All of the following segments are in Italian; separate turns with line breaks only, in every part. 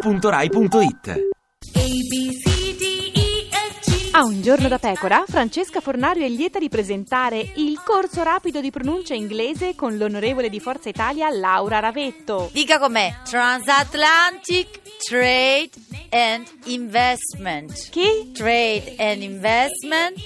radio2pod.rai.it
A un giorno da pecora, Francesca Fornario è lieta di presentare il corso rapido di pronuncia inglese con l'onorevole di Forza Italia Laura Ravetto.
Dica com'è. Transatlantic Trade and Investment.
Che
Trade and Investment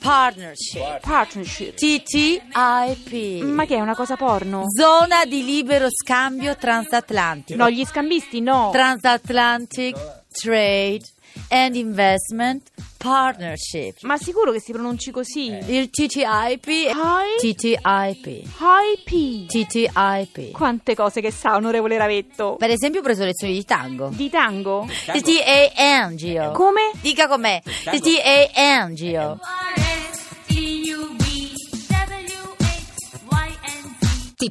Partnership.
partnership?
TTIP.
Ma che è una cosa porno?
Zona di libero scambio transatlantico.
No, gli scambisti no.
Transatlantic Trade and Investment Partnership.
Ma sicuro che si pronunci così?
Il TTIP.
Hi,
TTIP.
hi P.
TTIP.
Quante cose che sa, onorevole Ravetto.
Per esempio ho preso lezioni di tango.
Di tango?
T-T-A-N-G-O.
Come?
Dica com'è. T-T-A-N-G-O.
Ti